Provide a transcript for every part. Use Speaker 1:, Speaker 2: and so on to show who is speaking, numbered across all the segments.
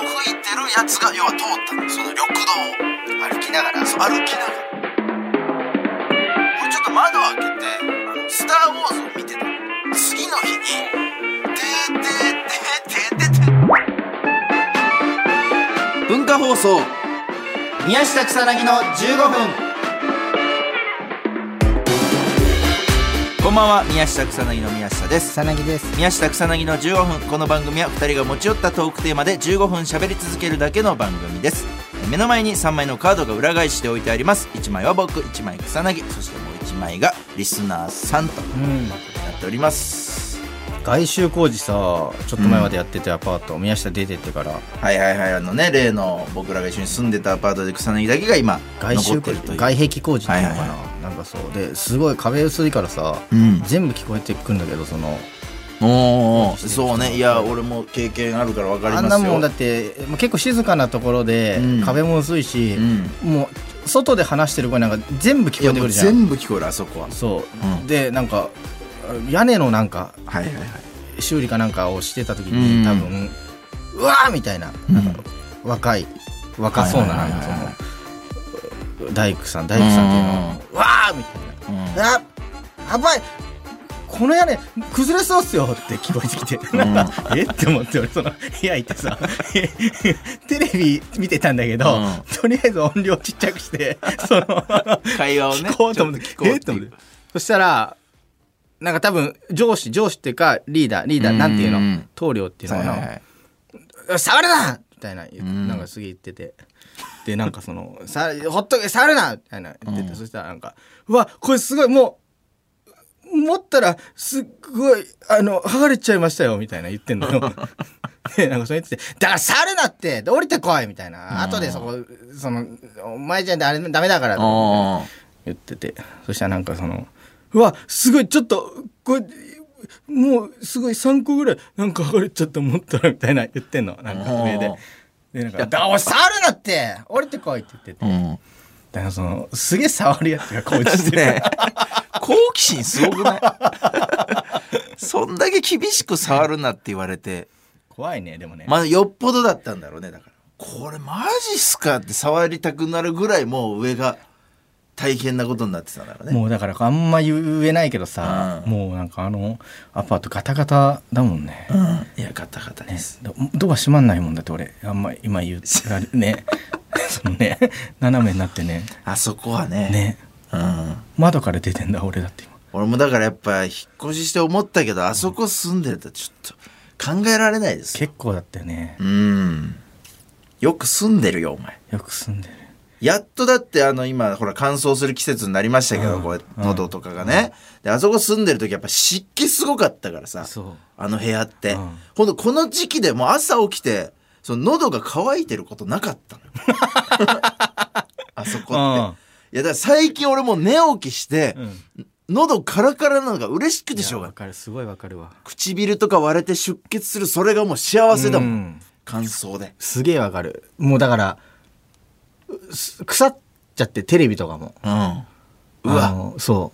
Speaker 1: るやつが要は通ったのその緑道を歩きながらそう歩きながら俺ちょっと窓を開けてあの「スター・ウォーズ」を見てたの次の日に「てーてーてーてーてーてー」
Speaker 2: 文化放送宮下草薙の15分こんばんは宮下草薙の宮下です
Speaker 3: 草薙です
Speaker 2: 宮下草薙の15分この番組は2人が持ち寄ったトークテーマで15分喋り続けるだけの番組です目の前に3枚のカードが裏返して置いてあります1枚は僕1枚草薙そしてもう1枚がリスナーさんとな
Speaker 3: うん
Speaker 2: っております
Speaker 3: 外周工事さちょっと前までやってたアパート、宮下出てってから
Speaker 2: はいはいはいあのね例の僕らが一緒に住んでたアパートで草薙だけが今
Speaker 3: 外
Speaker 2: 残
Speaker 3: 周
Speaker 2: ってる
Speaker 3: 工
Speaker 2: とい
Speaker 3: 事
Speaker 2: う
Speaker 3: 外壁工事っていうのかな、
Speaker 2: はいは
Speaker 3: なんかそうですごい壁薄いからさ、
Speaker 2: うん
Speaker 3: 全部聞こえてくんだけどその
Speaker 2: おーおーそうねいや俺も経験あるから分かります
Speaker 3: あん
Speaker 2: よ
Speaker 3: なもんだってもう結構静かなところで、
Speaker 2: うん
Speaker 3: 壁も薄いし
Speaker 2: う、ん
Speaker 3: もう外で話してる声なんか全部聞
Speaker 2: い
Speaker 3: こえ
Speaker 2: や
Speaker 3: てく
Speaker 2: もう
Speaker 3: るじゃん
Speaker 2: 全部聞こえるあそこは
Speaker 3: そう、
Speaker 2: うん
Speaker 3: でなんか屋根のなんか
Speaker 2: はいはいはい
Speaker 3: 修理かなんかをしてた時
Speaker 2: う
Speaker 3: に、
Speaker 2: ん
Speaker 3: 多分うわーみたいな,、なんか若い若そうな
Speaker 2: は
Speaker 3: ないん
Speaker 2: はい
Speaker 3: か
Speaker 2: はい
Speaker 3: そ
Speaker 2: はい
Speaker 3: の大工さん大工さんっていうのはうわーみたいな
Speaker 2: うん
Speaker 3: あやばいこの屋根崩れそうっすよって聞こえてきて、なんかえって思って俺その部屋行ってさ テレビ見てたんだけど、
Speaker 2: うん
Speaker 3: とりあえず音量ちっちゃくしてその
Speaker 2: 会話をね
Speaker 3: 聞こうと思って、
Speaker 2: ちょっと聞こう
Speaker 3: えって思ってそしたらなんか多分上司上司っていうかリーダーリーダ
Speaker 2: う
Speaker 3: ー
Speaker 2: ん
Speaker 3: なんていうの棟梁っていうのかな、触るなみたいな、
Speaker 2: ん
Speaker 3: なんかすげえ言ってて。で、なんかその、さ、ほっとけ、触るなみたいな言ってて、
Speaker 2: うん
Speaker 3: そしたらなんか、うわ、これすごい、もう、持ったら、すっごい、あの、剥がれちゃいましたよ、みたいな言ってん のよ。で、なんかそれ言ってて、だから触るなってで降りてこいみたいな。後でそこ、その、お前じゃダメダメだから、
Speaker 2: あ
Speaker 3: 言っててそしたらなんかそのうわすごいちょっとこれもうすごい3個ぐらいなんか剥がれちゃった思ったらみたいな言ってんのなんか上で
Speaker 2: おー
Speaker 3: でなんか「だおい触るなって降りてこい」って言ってて、
Speaker 2: あうん
Speaker 3: だからそのすげえ触るやつがこうしてる、
Speaker 2: ね好奇心すごくない そんだけ厳しく触るなって言われて
Speaker 3: 怖いねでもね、
Speaker 2: まあよっぽどだったんだろうねだからこれマジっすかって触りたくなるぐらいもう上が大変なことになってたんだろうね
Speaker 3: もうだからあんま言えないけどさ、
Speaker 2: うん
Speaker 3: もうなんかあのアパートガタガタだもんね、
Speaker 2: うんいやガタガタです、
Speaker 3: どドア閉まんないもんだって俺あんま今言うられ ねそのね斜めになってね
Speaker 2: あそこはね
Speaker 3: ね
Speaker 2: うん
Speaker 3: 窓から出てんだ俺だって今
Speaker 2: 俺もだからやっぱ引っ越しして思ったけどあそこ住んでるとちょっと考えられないです
Speaker 3: 結構だったよね
Speaker 2: うんよく住んでるよお前
Speaker 3: よく住んでる
Speaker 2: やっとだってあの今ほら乾燥する季節になりましたけど、
Speaker 3: うん
Speaker 2: こう喉とかがね、であそこ住んでる時やっぱ湿気すごかったからさ
Speaker 3: そう
Speaker 2: あの部屋って、
Speaker 3: うん
Speaker 2: ほんとこの時期でもう朝起きてその喉が渇いてることなかった のよあそこって、
Speaker 3: うん
Speaker 2: いやだから最近俺もう寝起きして、喉カラカラなのが嬉しくてしょうがない
Speaker 3: わかるすごいわかるわ
Speaker 2: 唇とか割れて出血するそれがもう幸せだもん、
Speaker 3: うん
Speaker 2: 乾燥で、
Speaker 3: すげえわかるもうだからうす腐っちゃってテレビとかも
Speaker 2: うん、う
Speaker 3: あ
Speaker 2: わ
Speaker 3: のそ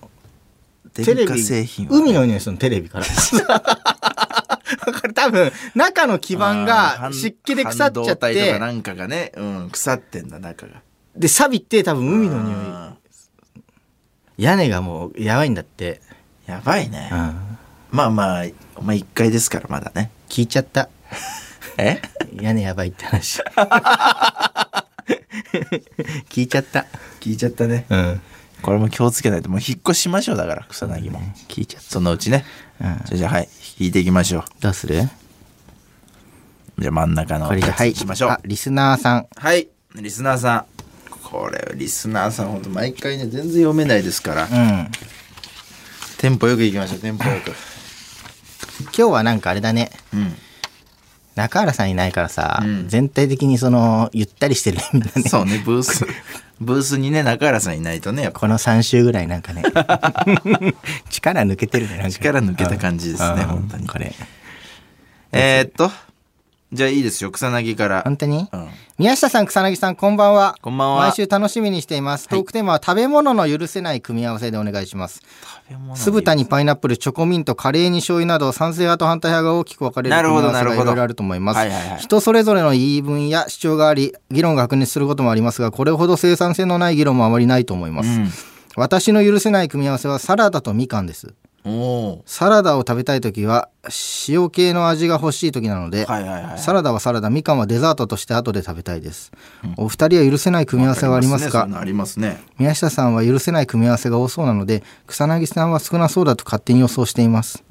Speaker 3: う
Speaker 2: テ
Speaker 3: テレ
Speaker 2: レ
Speaker 3: ビ
Speaker 2: ビ製品は
Speaker 3: 海の匂いするのテレビから わかる多分中の基盤
Speaker 2: あ
Speaker 3: が
Speaker 2: ー
Speaker 3: 湿気で腐っ
Speaker 2: 半
Speaker 3: ちゃっ
Speaker 2: 半導体とか
Speaker 3: て
Speaker 2: なんかがね、うん、腐ってんだ中が
Speaker 3: で錆びて多分海の匂い
Speaker 2: うん
Speaker 3: 屋根がもうやばいんだって、
Speaker 2: やばいね、
Speaker 3: うん、
Speaker 2: まあまあお前1階ですからまだね
Speaker 3: 聞いちゃった
Speaker 2: え
Speaker 3: 屋根やばいって話聞いちゃった
Speaker 2: 聞いちゃったね
Speaker 3: うん
Speaker 2: これも気をつけないともう引っ越しましょうだから草薙も、聞いちゃったそのうちね、
Speaker 3: うん
Speaker 2: じゃあじゃあはい引いていきましょ
Speaker 3: どうする
Speaker 2: うじゃあ真ん中の
Speaker 3: これじゃはい
Speaker 2: しましょう
Speaker 3: あリスナーさん
Speaker 2: はいリスナーさんこれリスナーさんほんと毎回ね全然読めないですから、
Speaker 3: うん今
Speaker 2: テンポよくいきましょうテンポよく
Speaker 3: 日はなんかあれだね
Speaker 2: う
Speaker 3: 中原さんいないからさ、
Speaker 2: うん
Speaker 3: 全体的にそのゆったりしてるねみんなね
Speaker 2: んそうねブースブースにね中原さんいないとねやっぱ
Speaker 3: この3週ぐらいな んかね力抜けてるねなんか
Speaker 2: 力抜けた感じですね
Speaker 3: うん
Speaker 2: 本当に
Speaker 3: これ
Speaker 2: えー、っとじゃあいいですよ、草薙から。
Speaker 3: 本当に、
Speaker 2: うん
Speaker 3: 宮下さん、草薙さん、こんばんは。
Speaker 2: こんばんは
Speaker 3: 毎週楽しみにしています。トークテーマは食べ物の許せない組み合わせでお願いします。
Speaker 2: 食べ物
Speaker 3: 酢豚にパイナップル、チョコミント、カレーに醤油など、賛成派と反対派が大きく分かれる
Speaker 2: なる
Speaker 3: 組
Speaker 2: ほ
Speaker 3: み合
Speaker 2: ど
Speaker 3: わせが
Speaker 2: ないるほど
Speaker 3: ろいろあると思います。
Speaker 2: はいはいはい
Speaker 3: 人それぞれの言い分や主張があり、議論が白熱することもありますが、これほど生産性のない議論もあまりないと思います。私の許せない組み合わせはサラダとみかんです。
Speaker 2: うん。お
Speaker 3: サラダを食べたいときは、塩系の味が欲しいときなので、
Speaker 2: ーはいはいはい。
Speaker 3: サラダはサラダ、みかんはデザートとして後で食べたいです。お二人は許せない組み合わせはあります
Speaker 2: そ
Speaker 3: か
Speaker 2: ういうのありますね。
Speaker 3: 宮下さんは許せない組み合わせが多そうなので、草薙さんは少なそうだと勝手に予想しています。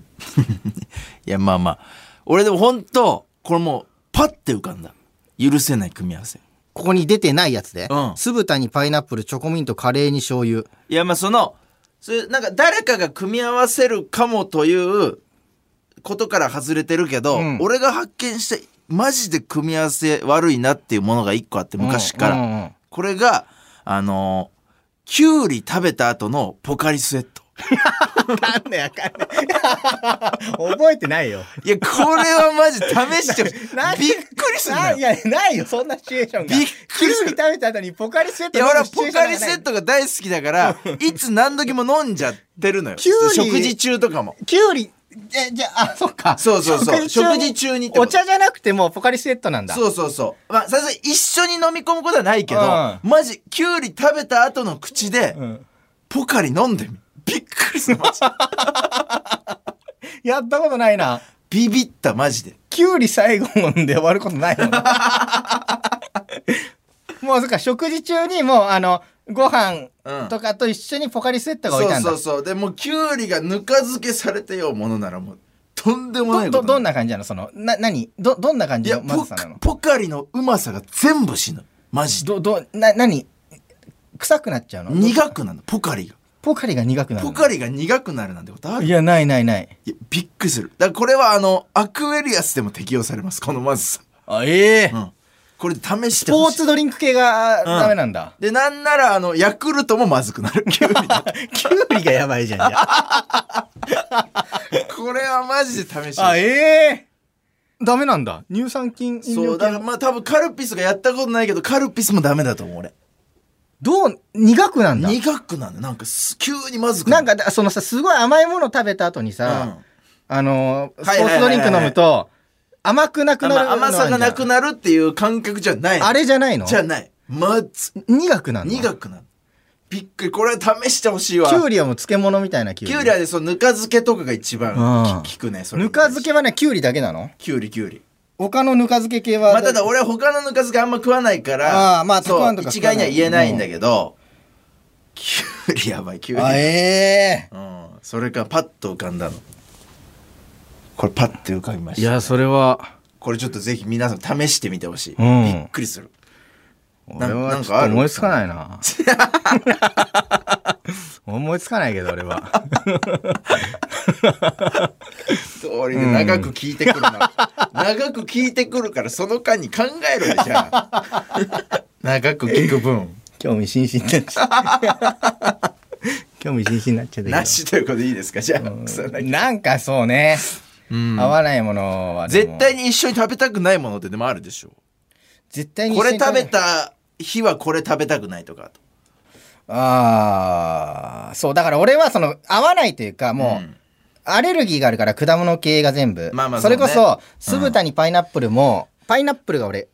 Speaker 2: いや、まあまあ。俺でも本当これもう、パッて浮かんだ。許せない組み合わせ。
Speaker 3: ここに出てないやつで
Speaker 2: うん、
Speaker 3: 酢豚にパイナップル、チョコミント、カレーに醤油。
Speaker 2: いや、まあその、それなんか誰かが組み合わせるかもということから外れてるけど、
Speaker 3: うん
Speaker 2: 俺が発見して、マジで組み合わせ悪いなっていうものが一個あって、昔から。
Speaker 3: うんうんうん
Speaker 2: これが、あのーきゅうり食べた後のポカリスエット。
Speaker 3: わかんない、わかんない。 覚えてないよ。
Speaker 2: いや、これはマジ試してほしい
Speaker 3: な
Speaker 2: びっくりするなよ。
Speaker 3: いや、ないよ、そんなシチュエーションが。
Speaker 2: びっくりする
Speaker 3: きゅうり食べた後にポカリスエッ
Speaker 2: い
Speaker 3: ト
Speaker 2: や、
Speaker 3: 飲
Speaker 2: 俺は
Speaker 3: むシチュエ
Speaker 2: ポ
Speaker 3: ーションが
Speaker 2: カ
Speaker 3: ない
Speaker 2: リスエットが大好きだから、 いつ何時も飲んじゃってるのよ。
Speaker 3: きゅうり
Speaker 2: 食事中とかも。
Speaker 3: きゅうり、え、じゃあ、あ、そっか。
Speaker 2: そうそうそう食事中にってこ
Speaker 3: お
Speaker 2: と
Speaker 3: 茶じゃなくてもうポカリスエットなんだ。
Speaker 2: そうそうそう。まあ、さすがに一緒に飲み込むことはないけど、
Speaker 3: う
Speaker 2: マジ、きゅうり食べた後の口で、
Speaker 3: うん。
Speaker 2: ポカリ飲んでみ。びっくりする。マ ジ
Speaker 3: やったことないな。
Speaker 2: ビビった、マジで。
Speaker 3: きゅうり最後もんで終わることない もん。もうそっか、食事中にもうあの、ご飯
Speaker 2: うん
Speaker 3: とかと一緒にポカリスエットが
Speaker 2: そ
Speaker 3: 置いうたんだ。
Speaker 2: そうそう。でも、きゅうりがぬか漬けされてようものなら、もう、とんでもないこと
Speaker 3: ど、
Speaker 2: にな
Speaker 3: ど、ど
Speaker 2: る
Speaker 3: んな感じなのその、な、何ど、どんな感
Speaker 2: い
Speaker 3: じ
Speaker 2: や
Speaker 3: のま
Speaker 2: ポ
Speaker 3: ずさなの
Speaker 2: ポカリのうまさが全部死ぬマジで
Speaker 3: ど、ど、な、何臭くなっちゃうの
Speaker 2: 苦くなるのポカリが
Speaker 3: ポカリが苦くなる
Speaker 2: ポ
Speaker 3: の
Speaker 2: カリが苦くなるなんてことある
Speaker 3: い
Speaker 2: い
Speaker 3: や、ないないない。
Speaker 2: やびっくりするだからこれはあのアクエリアスでも適用されますこのまずさ、
Speaker 3: あ、ええ
Speaker 2: うん、これ試し
Speaker 3: ス
Speaker 2: て
Speaker 3: ポ
Speaker 2: ほ
Speaker 3: ー
Speaker 2: しい
Speaker 3: ツドリンク系がダメなんだ。
Speaker 2: でなんならあのヤクルトもまずくなるきゅうり だって
Speaker 3: きゅうりがやばいじゃんじゃあ。
Speaker 2: これはマジで試してほ
Speaker 3: あ、
Speaker 2: しい
Speaker 3: ええダメなんだ。乳酸菌飲
Speaker 2: そ
Speaker 3: 料
Speaker 2: うだか
Speaker 3: 系
Speaker 2: らまあ多分カルピスがやったことないけどカルピスもダメだと思う俺
Speaker 3: どう、苦くなんだ。
Speaker 2: 苦くなるのなんかす急にまずく
Speaker 3: なん
Speaker 2: る
Speaker 3: かだ、そのさ、すごい甘いもの食べた後にさ、あのー、
Speaker 2: は
Speaker 3: ス
Speaker 2: い
Speaker 3: ポ
Speaker 2: はいはい
Speaker 3: ー
Speaker 2: は
Speaker 3: ツド
Speaker 2: い
Speaker 3: リンク飲むと、甘くな
Speaker 2: う
Speaker 3: く
Speaker 2: ん、
Speaker 3: なる
Speaker 2: 甘甘さがなく
Speaker 3: る。
Speaker 2: なるっていう感覚じゃない
Speaker 3: あれじゃないの
Speaker 2: じゃないまず
Speaker 3: 苦くなるの
Speaker 2: 苦くなるびっくりこれは試してほしいわ
Speaker 3: きゅうりはもう漬物みたいなきゅう
Speaker 2: き
Speaker 3: り。
Speaker 2: ゅうりはねそのぬか漬けとかが一番
Speaker 3: うん
Speaker 2: き効くねそれ
Speaker 3: ぬか漬けはね、きゅうりだけなの
Speaker 2: きゅうりきゅうり
Speaker 3: 他のぬか漬け系は。
Speaker 2: まあただ俺は他のぬか漬けあんま食わないから
Speaker 3: あーまあたくあんとか
Speaker 2: そう
Speaker 3: 食
Speaker 2: 一
Speaker 3: わな
Speaker 2: 概
Speaker 3: い
Speaker 2: には言えないんだけどきゅうりやばいきゅうり
Speaker 3: あ、ええ
Speaker 2: うんそれかパッと浮かんだのこれパッて浮かびま
Speaker 3: い
Speaker 2: した
Speaker 3: や、それは、
Speaker 2: これちょっとぜひ皆さん試してみてほしいび
Speaker 3: うん
Speaker 2: っくりするな
Speaker 3: 俺
Speaker 2: な
Speaker 3: は
Speaker 2: ん
Speaker 3: ち
Speaker 2: か
Speaker 3: ょっ
Speaker 2: あ
Speaker 3: と
Speaker 2: る
Speaker 3: 思いつかな いな。思いつかないけど、俺は。
Speaker 2: 通りで長く聞いてくるな、 長く聞いてくるからその間に考えろよじゃあ 長く聞く分
Speaker 3: 興味津々になっちゃった。 興味津々になっちゃったけど。
Speaker 2: なしということでいいですかじゃあ草薙
Speaker 3: なんかそうね、合わないものはでも
Speaker 2: 絶対に一緒に食べたくないものってでもあるでしょ
Speaker 3: 絶対に
Speaker 2: これ
Speaker 3: 一緒
Speaker 2: 食
Speaker 3: に
Speaker 2: べた日はこれ食べたくないとかと
Speaker 3: ああそうだから俺はその合わないというかもう、
Speaker 2: うん
Speaker 3: アレルギーがあるから果物系が全部、
Speaker 2: まあまあ
Speaker 3: それこ
Speaker 2: そうね
Speaker 3: そ酢豚にパイナップルも、パイナップルが俺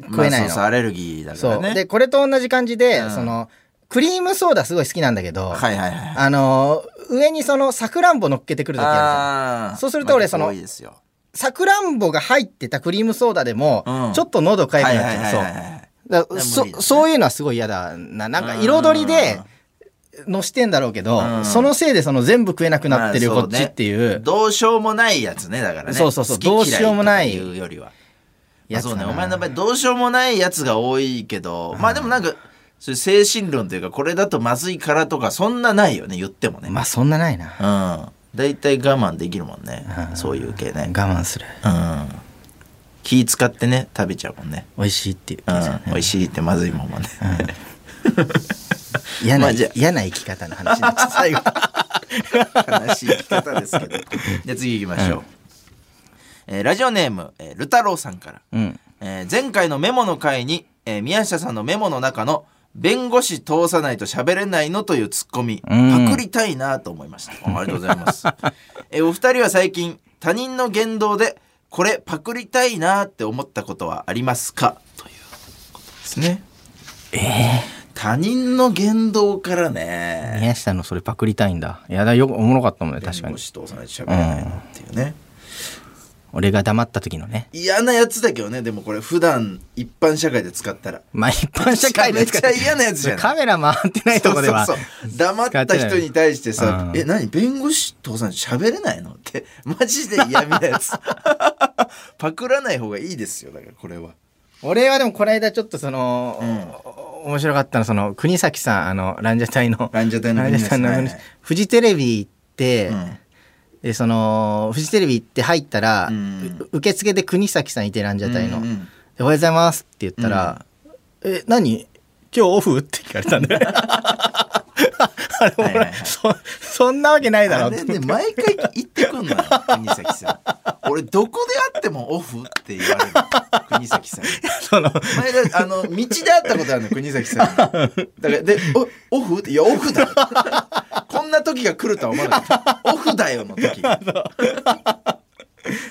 Speaker 3: 食えないの、
Speaker 2: まあそうそうアレルギーだか
Speaker 3: そう
Speaker 2: らね
Speaker 3: でこれと同じ感じで、
Speaker 2: うん
Speaker 3: そのクリームソーダすごい好きなんだけど、
Speaker 2: はいはいはい
Speaker 3: あのー上にそのさくらんぼ乗っけてくる時あるじゃ
Speaker 2: あ
Speaker 3: ん
Speaker 2: ー
Speaker 3: そうすると俺その
Speaker 2: まあ結構多いですよ
Speaker 3: さくらんぼが入ってたクリームソーダでも、
Speaker 2: うん
Speaker 3: ちょっと喉かゆくな
Speaker 2: は
Speaker 3: っ
Speaker 2: い
Speaker 3: ち
Speaker 2: はい
Speaker 3: ゃう
Speaker 2: はい
Speaker 3: そう
Speaker 2: はいはい
Speaker 3: だ
Speaker 2: いや
Speaker 3: そ
Speaker 2: 無理だね
Speaker 3: そういうのはすごい嫌だななんか彩りでのしてんだろうけど、
Speaker 2: うん
Speaker 3: そのせいでその全部食えなくなってるよ、
Speaker 2: まあ
Speaker 3: こっちってい
Speaker 2: そうね
Speaker 3: う
Speaker 2: どうしようもないやつねだからね
Speaker 3: そうそうそう
Speaker 2: 好き嫌
Speaker 3: どうしようもない
Speaker 2: とかいうよりは
Speaker 3: やつ
Speaker 2: まあ
Speaker 3: だ
Speaker 2: そうね
Speaker 3: な
Speaker 2: お前の場合どうしようもないやつが多いけどまあでもなんかそういう精神論というかこれだとまずいからとかそんなないよね言ってもね
Speaker 3: まあそんなないな
Speaker 2: うん大体我慢できるもんね
Speaker 3: うん
Speaker 2: そういう系
Speaker 3: 我
Speaker 2: ね
Speaker 3: 慢する
Speaker 2: うん気使ってね食べちゃうもんね
Speaker 3: 美味しいっていう
Speaker 2: う
Speaker 3: 気がする
Speaker 2: ん美味しいってまずいもんもね
Speaker 3: 嫌
Speaker 2: ま
Speaker 3: な
Speaker 2: あじゃあ
Speaker 3: 嫌な生き方の 話になっちゃった最後
Speaker 2: 悲しい生き方ですけどじゃあ次行きましょうえーラジオネーム、えー、ルタロウさんから、
Speaker 3: うん。
Speaker 2: えー前回のメモの回に、えー宮下さんのメモの中の弁護士通さないと喋れないのというツッコミ、
Speaker 3: うん
Speaker 2: パクりたいなと思いました。ありがとうございます。 えーお二人は最近、他人の言動で、これパクりたいなって思ったことはありますかということですね。他人の言動からね、
Speaker 3: 宮下のそれパクりたいんだ。いやだ、よくおもろかったもんね、確か
Speaker 2: 弁
Speaker 3: に
Speaker 2: 護。士通さないと喋れないのっていうね。
Speaker 3: 俺が黙った時のね。
Speaker 2: 嫌なやつだけどね、でもこれ普段一般社会で使ったら。
Speaker 3: まあ一般社会ですから。
Speaker 2: めっちゃ嫌なやつじゃん
Speaker 3: カメラ回ってないとこでは。
Speaker 2: そうそうそう黙った人に対してさ「
Speaker 3: うん
Speaker 2: え何弁護士父さん喋れないの?」ってマジで嫌みなや つパクらない方がいいですよだからこれは
Speaker 3: 俺はでもこの間ちょっとその、お面白かったのその国崎さんあのランジャタイの
Speaker 2: ランジャタイの
Speaker 3: ランジャタイの
Speaker 2: 国崎さんね
Speaker 3: フジテレビ行って、
Speaker 2: うん
Speaker 3: でそのフジテレビ行って入ったら、
Speaker 2: うん
Speaker 3: う受付で国崎さんいてランジャタイの、
Speaker 2: うんうん
Speaker 3: でおはようございます」って言ったら「え何今日オフ?」って聞かれたんだよ あれ俺、
Speaker 2: はいはいはい
Speaker 3: そそんなわけないだろ
Speaker 2: あ
Speaker 3: う
Speaker 2: れ
Speaker 3: と思
Speaker 2: ね
Speaker 3: って
Speaker 2: 毎回言ってくん のよ国崎さん俺どこで会ってもオフって言われる国崎さんに
Speaker 3: その
Speaker 2: 前だあの道で会ったことあるの国崎さんにだからで「おオフ?」って「いやオフだよ」こんな時が来るとは思わなかったオフだよの時が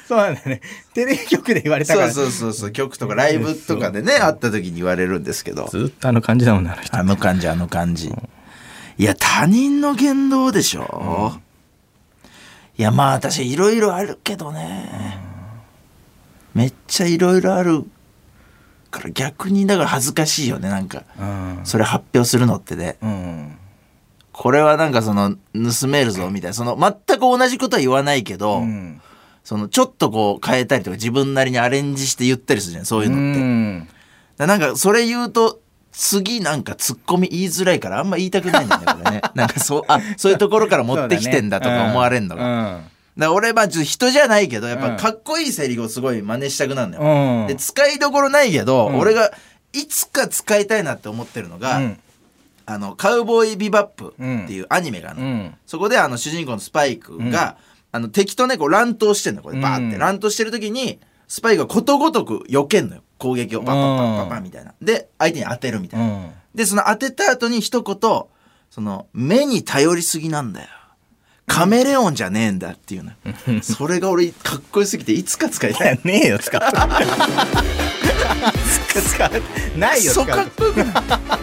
Speaker 3: そうなんだよねテレビ局で言われたか
Speaker 2: そうそ
Speaker 3: ら
Speaker 2: うそうそう曲とかライブとかでね会った時に言われるんですけど
Speaker 3: ずっとあの感じだもんねあの人
Speaker 2: あの感じあの感じいや他人の言動でしょ、いやまあ私いろいろあるけどね、めっちゃいろいろあるから逆にだから恥ずかしいよねなんか
Speaker 3: うん
Speaker 2: それ発表するのってね
Speaker 3: うん
Speaker 2: これはなんかその盗めるぞみたいなその全く同じことは言わないけど、
Speaker 3: うん
Speaker 2: そのちょっとこう変えたりとか自分なりにアレンジして言ったりするじゃんそういう
Speaker 3: う
Speaker 2: のって。
Speaker 3: ん
Speaker 2: だなんかそれ言うと次なんかツッコミ言いづらいからあんま言いたくないんだよねこ れねなんかそうあそういうところから持ってきてんだとか思われんのがだ,、
Speaker 3: が
Speaker 2: から俺まあちょっと人じゃないけどやっ
Speaker 3: う
Speaker 2: ぱ
Speaker 3: ん
Speaker 2: かっこいいセリフをすごい真似したくなるの
Speaker 3: う
Speaker 2: よ、
Speaker 3: んうん
Speaker 2: で使いどころないけど、
Speaker 3: うん
Speaker 2: 俺がいつか使いたいなって思ってるのが、
Speaker 3: うん
Speaker 2: あのカウボーイビバップっていうアニメがある
Speaker 3: う
Speaker 2: の、
Speaker 3: ん
Speaker 2: そこであの主人公のスパイクが、あの敵とねこう乱闘してんのこれバーって、
Speaker 3: うん
Speaker 2: 乱闘してる時にスパイクがことごとく避けんのよ攻撃をパンパンパンパンパンみたいなで相手に当てるみたいな、
Speaker 3: ん
Speaker 2: でその当てた後に一言その目に頼りすぎなんだよカメレオンじゃねえんだっていうのよそれが俺かっこよすぎていつか使い
Speaker 3: い
Speaker 2: たい
Speaker 3: やねえよ使った使うないよ使
Speaker 2: そうかっこよくない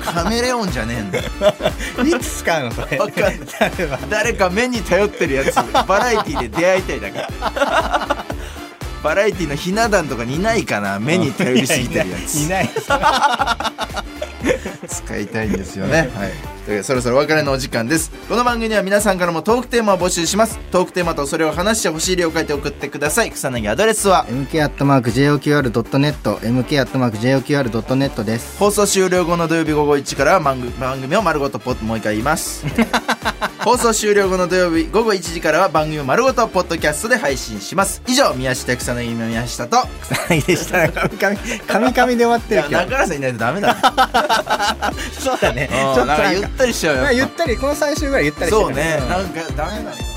Speaker 2: カメレオンじゃねえんだ
Speaker 3: いつ使うのそれ
Speaker 2: わかんない
Speaker 3: 例えば
Speaker 2: 誰か目に頼ってるやつバラエティで出会いたいだからバラエティのひな壇とかにいないかな目に頼りすぎてるやつ
Speaker 3: いないいない
Speaker 2: 使いたいんですよね、 はい、というわけでそろそろお別れのお時間ですこの番組には皆さんからもトークテーマを募集しますトークテーマとそれを話してほしい例を書いて送ってください草薙アドレスは
Speaker 3: MK アットマーク JOQR.net MK アットマーク JOQR.net です
Speaker 2: 放送終了後の土曜日午後1からは番組番組を丸ごとポッもう一回言います 放送終了後の土曜日午後1時からは番組を丸ごとポッドキャストで配信します以上宮下草薙の宮下と
Speaker 3: いでしたカミカミカミカミで終わって
Speaker 2: い
Speaker 3: る
Speaker 2: や
Speaker 3: 今
Speaker 2: 中
Speaker 3: 日
Speaker 2: 原さんいないとダメだね
Speaker 3: そうだねちょ
Speaker 2: う
Speaker 3: っ
Speaker 2: ん
Speaker 3: と
Speaker 2: なんか
Speaker 3: なん
Speaker 2: ゆっ
Speaker 3: か
Speaker 2: たりしちゃうよやっぱ
Speaker 3: ゆったりこの3週ぐらいゆったりして
Speaker 2: そう
Speaker 3: る
Speaker 2: ね
Speaker 3: ん
Speaker 2: なんかダメだね